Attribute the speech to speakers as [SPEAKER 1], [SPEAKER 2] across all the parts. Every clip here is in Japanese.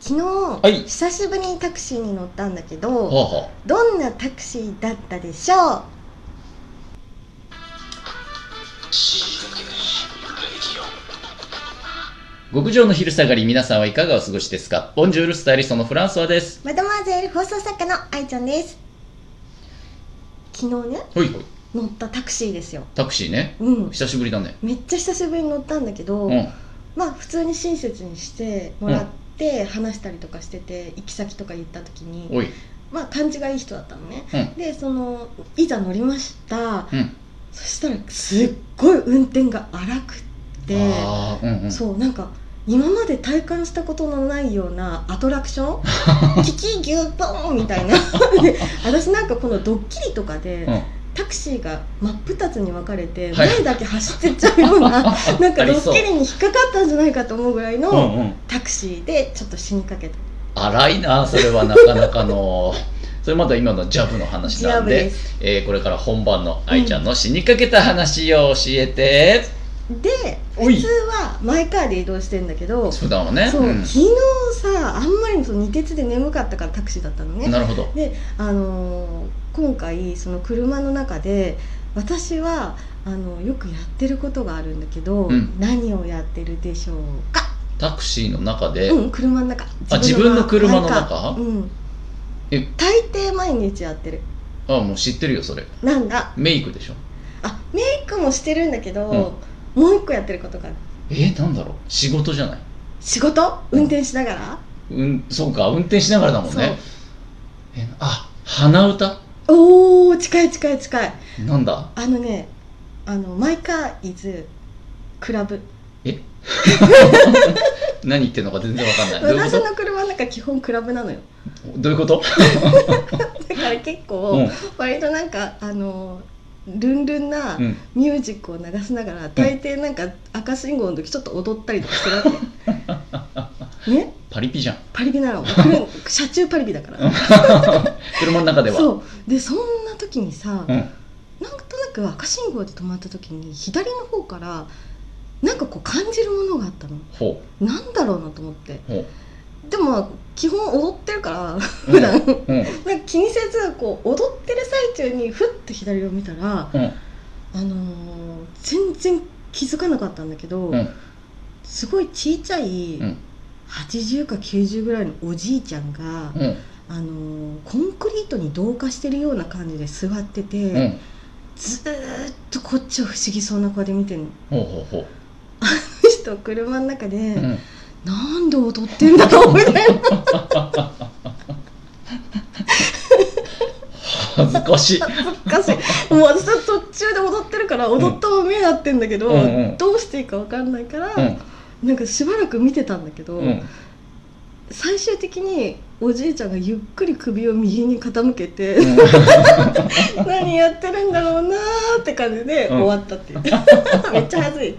[SPEAKER 1] 昨日、
[SPEAKER 2] い
[SPEAKER 1] 久しぶりにタクシーに乗ったんだけ
[SPEAKER 2] は
[SPEAKER 1] ど
[SPEAKER 2] あは
[SPEAKER 1] どんなタクシーだったでしょ
[SPEAKER 2] あ極上の昼下がり皆さんはいかがお過ごしですかボンジュールスタイリストのフランソワです
[SPEAKER 1] うマダマーゼル放送作家の愛ちゃんです昨日ね
[SPEAKER 2] はいはい
[SPEAKER 1] 乗ったタクシーですよ
[SPEAKER 2] タクシーね
[SPEAKER 1] うん
[SPEAKER 2] 久しぶりだね
[SPEAKER 1] めっちゃ久しぶりに乗ったんだけど、
[SPEAKER 2] うん
[SPEAKER 1] まあ普通に親切にしてもらって話したりとかしてて行き先とか言った時に
[SPEAKER 2] おい
[SPEAKER 1] まあ感じがいい人だったのね、
[SPEAKER 2] うん
[SPEAKER 1] でそのいざ乗りました、
[SPEAKER 2] うん
[SPEAKER 1] そしたらすっごい運転が荒くって
[SPEAKER 2] ああうんうん
[SPEAKER 1] そうなんか今まで体感したことのないようなアトラクショ ンキキギュッポーンみたいなで私なんかこのドッキリとかで、
[SPEAKER 2] うん
[SPEAKER 1] タクシーが真っ二つに分かれて、
[SPEAKER 2] はい
[SPEAKER 1] 前だけ走ってっちゃうようなな んかド
[SPEAKER 2] あり
[SPEAKER 1] ッ
[SPEAKER 2] そう
[SPEAKER 1] キリに引っかかったんじゃないかと思うぐらいうの
[SPEAKER 2] んうん
[SPEAKER 1] タクシーでちょっと死にかけた
[SPEAKER 2] 荒いなそれはなかなかの それまだ今のジャブの話
[SPEAKER 1] ジ
[SPEAKER 2] な
[SPEAKER 1] ャ
[SPEAKER 2] ん
[SPEAKER 1] ブ
[SPEAKER 2] で
[SPEAKER 1] です
[SPEAKER 2] えーこれから本番の愛ちゃんの死にかけた話を教えて、
[SPEAKER 1] で
[SPEAKER 2] おい
[SPEAKER 1] 普通はマイカーで移動してんだけどそ
[SPEAKER 2] 普段はね
[SPEAKER 1] う、
[SPEAKER 2] ん
[SPEAKER 1] 昨日さあんまりにその二鉄で眠かったからタクシーだったのね
[SPEAKER 2] なるほど
[SPEAKER 1] で、あのー今回その車の中で私はあのよくやってることがあるんだけど、
[SPEAKER 2] うん
[SPEAKER 1] 何をやってるでしょうか
[SPEAKER 2] タクシーの中で、
[SPEAKER 1] うん車の中
[SPEAKER 2] あ自分の車の中
[SPEAKER 1] うん
[SPEAKER 2] え
[SPEAKER 1] 大抵毎日やってる
[SPEAKER 2] あもう知ってるよそれ
[SPEAKER 1] なんだ
[SPEAKER 2] メイクでしょ
[SPEAKER 1] あメイクもしてるんだけど、もう一個やってることがある
[SPEAKER 2] えー、なんだろう仕事じゃない
[SPEAKER 1] 仕事運転しながら、
[SPEAKER 2] うんそうか運転しながらだもんねえあ鼻歌
[SPEAKER 1] おお近い近い近い
[SPEAKER 2] なんだ
[SPEAKER 1] あのねあのマイカーイズクラブ
[SPEAKER 2] 何言ってるのか全然わかんないどういう
[SPEAKER 1] 私
[SPEAKER 2] こ
[SPEAKER 1] の車の中基本クラブなのよ
[SPEAKER 2] とどうい うこと、
[SPEAKER 1] だから結
[SPEAKER 2] う
[SPEAKER 1] 構
[SPEAKER 2] ん
[SPEAKER 1] 割となんかあのルンルンな
[SPEAKER 2] うん、
[SPEAKER 1] ミュージックを流しながら大抵なんか赤信号の時ちょっと踊ったりとかしてるわ けね
[SPEAKER 2] パリピじゃん
[SPEAKER 1] パリピなの車車中パリピだから
[SPEAKER 2] 車の中では
[SPEAKER 1] そうでそんな時にさ、
[SPEAKER 2] うん
[SPEAKER 1] なんとなく赤信号で止まった時に左の方からなんかこう感じるものがあったの
[SPEAKER 2] ほ
[SPEAKER 1] なんだろうなと思って
[SPEAKER 2] うほう
[SPEAKER 1] でもまあ基本踊ってるから
[SPEAKER 2] うん
[SPEAKER 1] 普段、
[SPEAKER 2] うん
[SPEAKER 1] なんか気にせずこう踊ってる最中にふって左を見たら、
[SPEAKER 2] うん
[SPEAKER 1] あのー全然気づかなかったんだけど、
[SPEAKER 2] うん
[SPEAKER 1] すごいちっちゃい、
[SPEAKER 2] うん
[SPEAKER 1] 80か90ぐらいのおじいちゃんが、
[SPEAKER 2] うん
[SPEAKER 1] あのーコンクリートに同化してるような感じで座ってて、
[SPEAKER 2] うん
[SPEAKER 1] ずーっとこっちを不思議そうな顔で見てる の
[SPEAKER 2] ほうほうほう
[SPEAKER 1] 人車の中で、
[SPEAKER 2] うん
[SPEAKER 1] なんで踊ってんだろう みたいな
[SPEAKER 2] 恥ず かしい
[SPEAKER 1] 昔もう私は途中で踊ってるから踊ったまま目合ってんだけど、
[SPEAKER 2] うんうん
[SPEAKER 1] どうしていいか分かんないから、
[SPEAKER 2] うん
[SPEAKER 1] なんかしばらく見てたんだけど、
[SPEAKER 2] うん
[SPEAKER 1] 最終的におじいちゃんがゆっくり首を右に傾けて、 何やってるんだろうなーって感じで
[SPEAKER 2] うん
[SPEAKER 1] 終わったって いう、めっちゃ恥ずい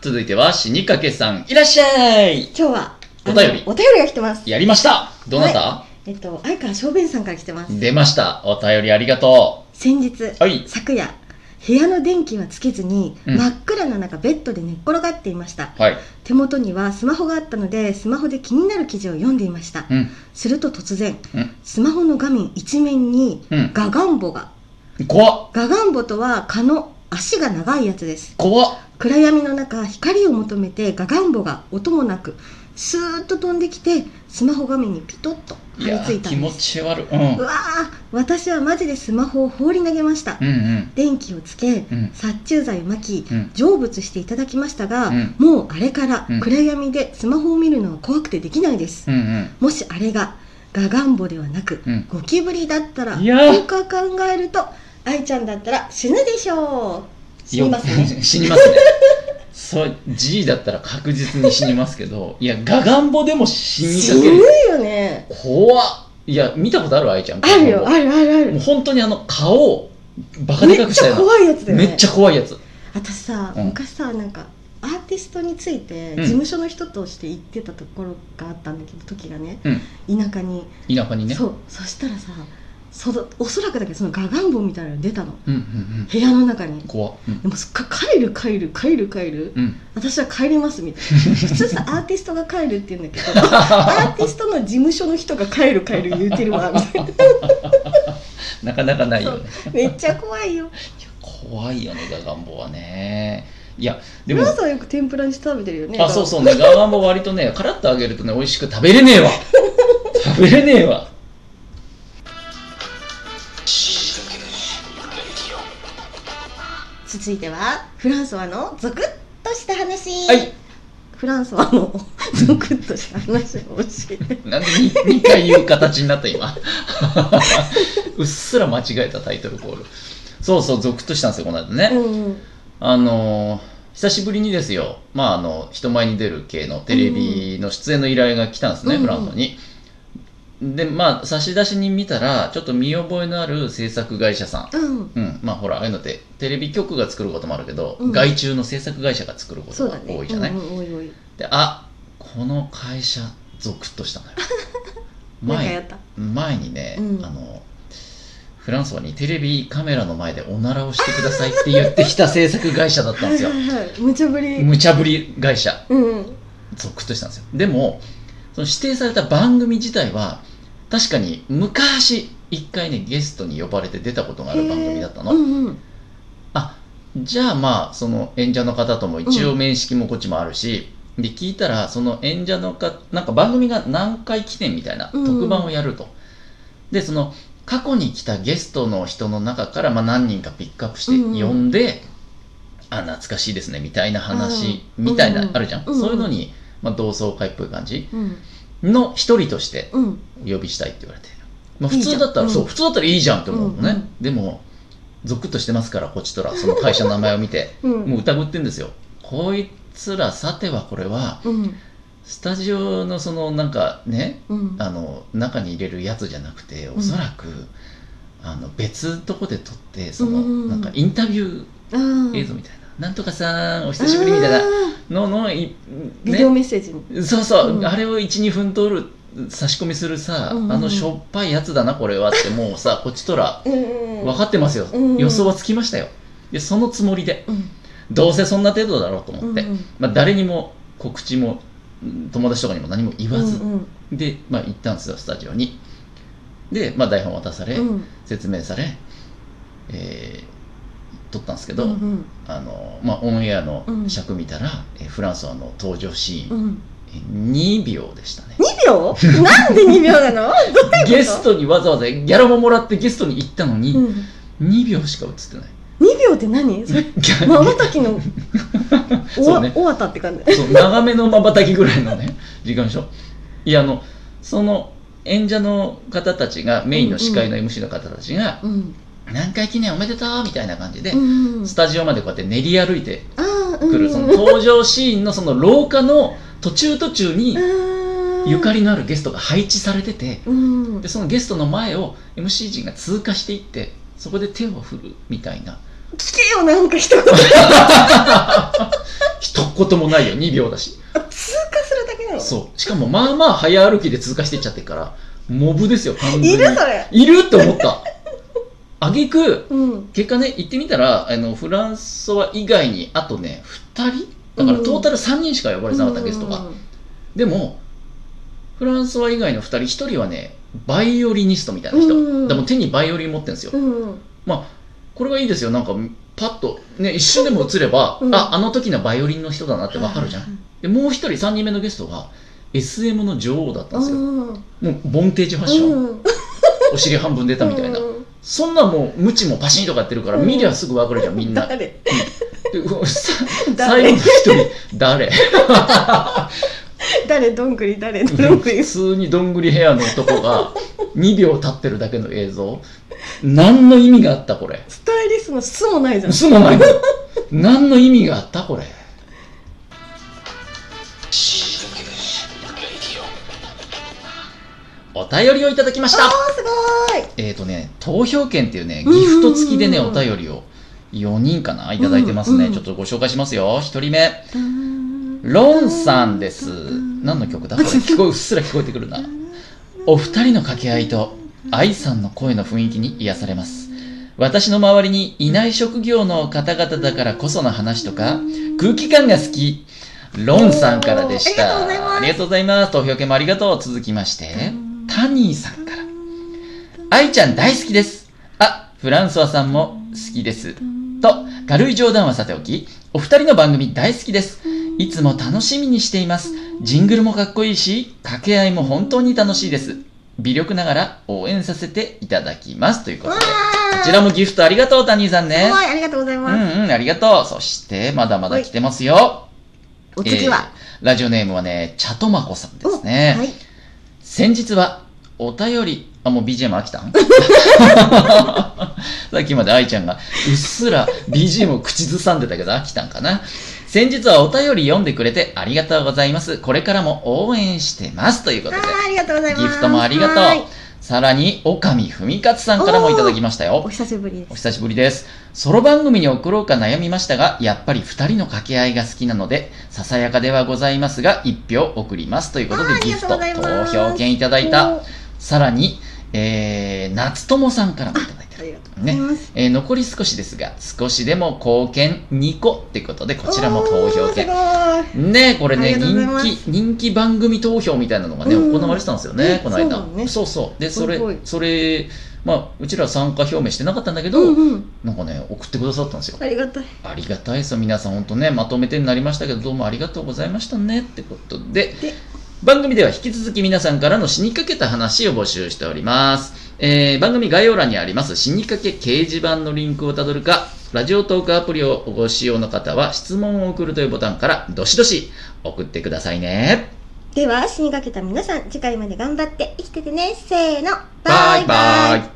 [SPEAKER 2] 続いては死にかけさんいらっしゃい
[SPEAKER 1] 今日はあの
[SPEAKER 2] お便り
[SPEAKER 1] お便りが来てます
[SPEAKER 2] やりましたどなた、
[SPEAKER 1] えっと相川小便さんから来てます
[SPEAKER 2] 出ましたお便りありがと
[SPEAKER 1] 先日
[SPEAKER 2] うはい
[SPEAKER 1] 昨夜部屋の電気はつけずに、
[SPEAKER 2] うん
[SPEAKER 1] 真っ暗な中ベッドで寝っ転がっていました
[SPEAKER 2] はい
[SPEAKER 1] 手元にはスマホがあったのでスマホで気になる記事を読んでいました
[SPEAKER 2] うん
[SPEAKER 1] すると突然、
[SPEAKER 2] うん
[SPEAKER 1] スマホの画面一面に
[SPEAKER 2] うん
[SPEAKER 1] ガガンボが
[SPEAKER 2] 怖っ
[SPEAKER 1] ガガンボとは蚊の足が長いやつです
[SPEAKER 2] 怖っ
[SPEAKER 1] 暗闇の中光を求めてガガンボが音もなくスーッと飛んできてスマホ画面にピトッと
[SPEAKER 2] い
[SPEAKER 1] 張り
[SPEAKER 2] や
[SPEAKER 1] 付い
[SPEAKER 2] ー
[SPEAKER 1] た
[SPEAKER 2] 気
[SPEAKER 1] んで
[SPEAKER 2] 持
[SPEAKER 1] す
[SPEAKER 2] ち悪いう
[SPEAKER 1] わ
[SPEAKER 2] ん
[SPEAKER 1] ー私はマジでスマホを放り投げました、
[SPEAKER 2] うん
[SPEAKER 1] 電気をつけ
[SPEAKER 2] うんうん
[SPEAKER 1] 殺虫剤をまき
[SPEAKER 2] うん
[SPEAKER 1] 成仏していただきましたが、
[SPEAKER 2] うん
[SPEAKER 1] もうあれから
[SPEAKER 2] うん
[SPEAKER 1] 暗闇でスマホを見るのは怖くてできないです、
[SPEAKER 2] うん
[SPEAKER 1] もしあれがガガンボではなく、
[SPEAKER 2] うん
[SPEAKER 1] ゴキブリだったら
[SPEAKER 2] いやー
[SPEAKER 1] よく考えると愛ちゃんだったら死ぬでしょう死にますね
[SPEAKER 2] よ死にますねそう G だったら確実に死にますけどいやガガンボでも死に
[SPEAKER 1] 死
[SPEAKER 2] かけ
[SPEAKER 1] ぬ
[SPEAKER 2] る
[SPEAKER 1] よね
[SPEAKER 2] 怖っいや見たことある愛ちゃん
[SPEAKER 1] あるよあるあるあ
[SPEAKER 2] もう
[SPEAKER 1] る
[SPEAKER 2] 本当にあの顔をバカで
[SPEAKER 1] め
[SPEAKER 2] か
[SPEAKER 1] っ
[SPEAKER 2] くし
[SPEAKER 1] ち
[SPEAKER 2] た
[SPEAKER 1] ゃ
[SPEAKER 2] よ
[SPEAKER 1] 怖いやつだ
[SPEAKER 2] な
[SPEAKER 1] よね
[SPEAKER 2] めっちゃ怖いやつ
[SPEAKER 1] 私さ、
[SPEAKER 2] うん
[SPEAKER 1] 昔さなんかアーティストについて
[SPEAKER 2] うん
[SPEAKER 1] 事務所の人として行ってたところがあったんだけど時がね、
[SPEAKER 2] うん
[SPEAKER 1] 田舎に
[SPEAKER 2] 田舎にね
[SPEAKER 1] そうそしたらさそのおそらくだけどそのガガンボみたいなのが出たの
[SPEAKER 2] うんうんうん
[SPEAKER 1] 部屋の中に
[SPEAKER 2] 怖っうん
[SPEAKER 1] でもそっから帰る帰る帰る帰る
[SPEAKER 2] うん
[SPEAKER 1] 私は帰りますみたいな普通さアーティストが帰るって言うん だけどアーティストの事務所の人が帰る帰る言うてるわみたい
[SPEAKER 2] なかなかないよね
[SPEAKER 1] なめっちゃ怖いよ
[SPEAKER 2] いや怖いよねガガンボはねいやで
[SPEAKER 1] 皆
[SPEAKER 2] も
[SPEAKER 1] さんよく天ぷらにして食べてるよね
[SPEAKER 2] あそうそうねガガンボ割とねカラッと揚げるとね美味しく食べれねえわ食べれねえわ
[SPEAKER 1] 続いてはフランソワのゾクッとした話、
[SPEAKER 2] はい
[SPEAKER 1] フランソワの ゾクッとした話を教えて
[SPEAKER 2] なんで 2, 回言う形になった今 うっすら間違えたタイトルコールそうそうゾクッとしたんですよこの間ね、
[SPEAKER 1] うん
[SPEAKER 2] あのー久しぶりにですよ、まあ、あの人前に出る系のテレビの出演の依頼が来たんですね、
[SPEAKER 1] うん
[SPEAKER 2] フランスに。でまあ差出人見たらちょっと見覚えのある制作会社さ
[SPEAKER 1] うん
[SPEAKER 2] ん、うん、まあほらああいうのってテレビ局が作ることもあるけど、
[SPEAKER 1] うん
[SPEAKER 2] 外注の制作会社が作るこ
[SPEAKER 1] そ
[SPEAKER 2] と
[SPEAKER 1] う
[SPEAKER 2] が
[SPEAKER 1] だね
[SPEAKER 2] 多いじゃない、
[SPEAKER 1] うんうん、おいおい
[SPEAKER 2] であこの会社ゾクッ としたのよ
[SPEAKER 1] なんか
[SPEAKER 2] 前
[SPEAKER 1] やった
[SPEAKER 2] 前にね、
[SPEAKER 1] うん
[SPEAKER 2] あのフランスはにテレビカメラの前でおならをしてくださいって言ってきた制作会社だった んですよ
[SPEAKER 1] はいはいはい無茶ぶり
[SPEAKER 2] 無茶ぶり会社
[SPEAKER 1] うんうん
[SPEAKER 2] ゾクッとしたんですよでもその指定された番組自体は確かに昔一回ねゲストに呼ばれて出たことがある番組だったの、
[SPEAKER 1] へーうんうん
[SPEAKER 2] あじゃあまあその演者の方とも一応面識もこっちもあるし、で聞いたらその演者のかなんか番組が何回来てんみたいな
[SPEAKER 1] うんうん
[SPEAKER 2] 特番をやると、でその過去に来たゲストの人の中から、まあ、何人かピックアップして
[SPEAKER 1] うんうん
[SPEAKER 2] 呼んで、あ懐かしいですねみたいな話、
[SPEAKER 1] うん
[SPEAKER 2] みたい
[SPEAKER 1] う
[SPEAKER 2] な、
[SPEAKER 1] んうん
[SPEAKER 2] あるじゃん、
[SPEAKER 1] うんうん
[SPEAKER 2] そういうのに、まあ、同窓会っぽい感じ
[SPEAKER 1] うん
[SPEAKER 2] の一人として
[SPEAKER 1] うん
[SPEAKER 2] 呼びしたいって言われて、まあ、
[SPEAKER 1] い
[SPEAKER 2] 普
[SPEAKER 1] いじゃん
[SPEAKER 2] 通だったら
[SPEAKER 1] うん
[SPEAKER 2] そう普通だったらいいじゃんって思うのね、
[SPEAKER 1] うんうん
[SPEAKER 2] でもゾクッとしてますからこっちとらその会社の名前を見て
[SPEAKER 1] うん
[SPEAKER 2] もう疑ってんですよこいつらさてはこれは
[SPEAKER 1] うん
[SPEAKER 2] スタジオのそのなんかね
[SPEAKER 1] うん
[SPEAKER 2] あの中に入れるやつじゃなくておそらく、あの別とこで撮ってその、
[SPEAKER 1] うん
[SPEAKER 2] なんかインタビュー映像みたいな、なんとかさんお久しぶりみたい
[SPEAKER 1] あ
[SPEAKER 2] な
[SPEAKER 1] ー
[SPEAKER 2] ののい、
[SPEAKER 1] ビデオメッセージに
[SPEAKER 2] そうそう、
[SPEAKER 1] うん
[SPEAKER 2] あれを12分通る差し込みするさ、
[SPEAKER 1] うんうん
[SPEAKER 2] あのしょっぱいやつだなこれはっても うさこっちとら
[SPEAKER 1] うん
[SPEAKER 2] 分かってますよ、
[SPEAKER 1] うんうん
[SPEAKER 2] 予想はつきましたよでそのつもりで
[SPEAKER 1] うん
[SPEAKER 2] どうせそんな程度だろうと
[SPEAKER 1] う
[SPEAKER 2] 思っ
[SPEAKER 1] ん
[SPEAKER 2] て、
[SPEAKER 1] うん
[SPEAKER 2] まあ、誰にも告知もうん友達とかにも何も言わず、
[SPEAKER 1] うんうん
[SPEAKER 2] で、まあ、行ったんですよスタジオにで、まあ、台本渡され、
[SPEAKER 1] うん
[SPEAKER 2] 説明され、えー撮ったんですけど、
[SPEAKER 1] うん
[SPEAKER 2] あのまあ、オンエアの
[SPEAKER 1] うん
[SPEAKER 2] 尺見たら、えーフランスはの登場シー
[SPEAKER 1] う
[SPEAKER 2] ン、
[SPEAKER 1] ん
[SPEAKER 2] 2秒でしたね
[SPEAKER 1] 2秒なんで2秒なのどういうこと
[SPEAKER 2] ゲストにわざわざギャラももらってゲストに行ったの
[SPEAKER 1] う
[SPEAKER 2] に、
[SPEAKER 1] ん
[SPEAKER 2] 2秒しか映ってない。
[SPEAKER 1] 2秒って何それまばたき のお
[SPEAKER 2] そう
[SPEAKER 1] わ、
[SPEAKER 2] ね
[SPEAKER 1] 終わったって感じ
[SPEAKER 2] そう長めのまばたきぐらいのね、時間でしょ。いや、あの、その演者の方たちが、メインの司会の MC の方たちが、
[SPEAKER 1] うん
[SPEAKER 2] 何回記念おめでとうみたいな感じで、
[SPEAKER 1] うん
[SPEAKER 2] スタジオまでこうやって練り歩いて
[SPEAKER 1] あーうん
[SPEAKER 2] くる、その登場シーンのその廊下の途中途中に、
[SPEAKER 1] うん
[SPEAKER 2] ゆかりのあるゲストが配置されてて、
[SPEAKER 1] うん
[SPEAKER 2] でそのゲストの前を MC 陣が通過していって、そこで手を振るみたいな。
[SPEAKER 1] 聞けよなんか一言通
[SPEAKER 2] 一言もないよ2秒だし
[SPEAKER 1] 過するだけなの
[SPEAKER 2] そうしかもまあまあ早歩きで通過していっちゃってるからモブですよ完全に
[SPEAKER 1] いるそれ
[SPEAKER 2] いるって思ったあげく
[SPEAKER 1] うん
[SPEAKER 2] 結果ね行ってみたらあのフランソワ以外にあとね2人だから
[SPEAKER 1] うん
[SPEAKER 2] トータル3人しか呼ばれてなかったゲストがでもフランソワ以外の2人1人はねバイオリニストみたいな人
[SPEAKER 1] うん
[SPEAKER 2] でも手にバイオリン持ってるんですよ
[SPEAKER 1] うんうん
[SPEAKER 2] これはいいですよなんかパッとね一瞬でも映れば
[SPEAKER 1] うん
[SPEAKER 2] ああの時のバイオリンの人だなってわかるじゃんでもう一人3人目のゲストが SM の女王だったんですよ、
[SPEAKER 1] うん
[SPEAKER 2] もうボンテージファッション、お尻半分出たみたいな、
[SPEAKER 1] うん
[SPEAKER 2] そんなもうムチもパシンとかやってるから、
[SPEAKER 1] うん
[SPEAKER 2] 見りゃすぐ分かるじゃんみ んなで
[SPEAKER 1] 誰
[SPEAKER 2] うわさ最後
[SPEAKER 1] 誰
[SPEAKER 2] の一人誰
[SPEAKER 1] 誰どんぐり誰どんぐり
[SPEAKER 2] 普通にどんぐりヘアの男が2秒経ってるだけの映像何の意味があったこれ
[SPEAKER 1] スタイリストの巣もないじゃん
[SPEAKER 2] 嘘もないの何の意味があったこれお便りをいただきました
[SPEAKER 1] あすごーい
[SPEAKER 2] えー、とね、投票券っていうね、ギフト付きでね、
[SPEAKER 1] うん
[SPEAKER 2] お便りを4人かないただいてますね。
[SPEAKER 1] うん
[SPEAKER 2] ちょっとご紹介しますよ。1人目、ロンさんです。何の曲だこれ聞こえ、うっすら聞こえてくるな。お二人の掛け合いと、愛さんの声の雰囲気に癒されます。私の周りにいない職業の方々だからこその話とか、空気感が好き。ロンさんからでした。
[SPEAKER 1] おーあ
[SPEAKER 2] あ
[SPEAKER 1] りが
[SPEAKER 2] りがとうございます。投票券もありがとう。続きまして、タニーさんから。愛ちゃん大好きです。あ、フランソワさんも好きです。と、軽い冗談はさておき、お二人の番組大好きです。いつも楽しみにしています。ジングルもかっこいいし、掛け合いも本当に楽しいです。微力ながら応援させていただきます。ということで、こちらもギフトありがとう、谷井さんね。
[SPEAKER 1] はい、ありがとうございうます。
[SPEAKER 2] んうん、ありがとう。そして、まだまだ来てますよ。
[SPEAKER 1] お次は、
[SPEAKER 2] えーラジオネームはね、チャトマコさんですね。
[SPEAKER 1] はい。
[SPEAKER 2] 先日はお便りあもう BGM 飽きたん さっきまで愛ちゃんがうっすら BGM を口ずさんでたけど飽きたんかな先日はお便り読んでくれてありがとうございますこれからも応援してますということ
[SPEAKER 1] あ
[SPEAKER 2] で
[SPEAKER 1] ーありがとうございます。
[SPEAKER 2] ギフトもありがとう
[SPEAKER 1] はい
[SPEAKER 2] さらに岡見文勝さんからもいただきました
[SPEAKER 1] お
[SPEAKER 2] よ
[SPEAKER 1] 久しぶり
[SPEAKER 2] お
[SPEAKER 1] です。
[SPEAKER 2] 久しぶりですソロ番組に送ろうか悩みましたがやっぱり2人の掛け合いが好きなのでささやかではございますが1票送りますということ
[SPEAKER 1] あーあ
[SPEAKER 2] で
[SPEAKER 1] り
[SPEAKER 2] ギ
[SPEAKER 1] がとう
[SPEAKER 2] フト
[SPEAKER 1] ございま
[SPEAKER 2] 投
[SPEAKER 1] す
[SPEAKER 2] 票券いただいたさらに、えー、夏友さんからもいただい
[SPEAKER 1] あ
[SPEAKER 2] てる、
[SPEAKER 1] りがとうございます。
[SPEAKER 2] えー残り少しですが少しでも貢献2個ってことでこちらも投票券
[SPEAKER 1] おーす
[SPEAKER 2] ねこれ
[SPEAKER 1] あり
[SPEAKER 2] ね
[SPEAKER 1] がとうござい
[SPEAKER 2] 人
[SPEAKER 1] ます
[SPEAKER 2] 気人気番組投票みたいなのがね
[SPEAKER 1] うん
[SPEAKER 2] 行われてたんですよね、
[SPEAKER 1] え
[SPEAKER 2] この間
[SPEAKER 1] そうなのね
[SPEAKER 2] そうそうでそれ
[SPEAKER 1] すごい
[SPEAKER 2] それまあうちら参加表明してなかったんだけど、
[SPEAKER 1] ごい。うんうん。
[SPEAKER 2] なんかね送ってくださったんですよ
[SPEAKER 1] ありがたい。
[SPEAKER 2] ありがたいですよ皆さん本当ねまとめてになりましたけどどうもありがとうございましたねってことで
[SPEAKER 1] で
[SPEAKER 2] 番組では引き続き皆さんからの死にかけた話を募集しております、えー番組概要欄にあります死にかけ掲示板のリンクをたどるかラジオトークアプリをご使用の方は質問を送るというボタンからどしどし送ってくださいね
[SPEAKER 1] では、死にかけた皆さん、次回まで頑張って生きててね。せーの。
[SPEAKER 2] バイバイ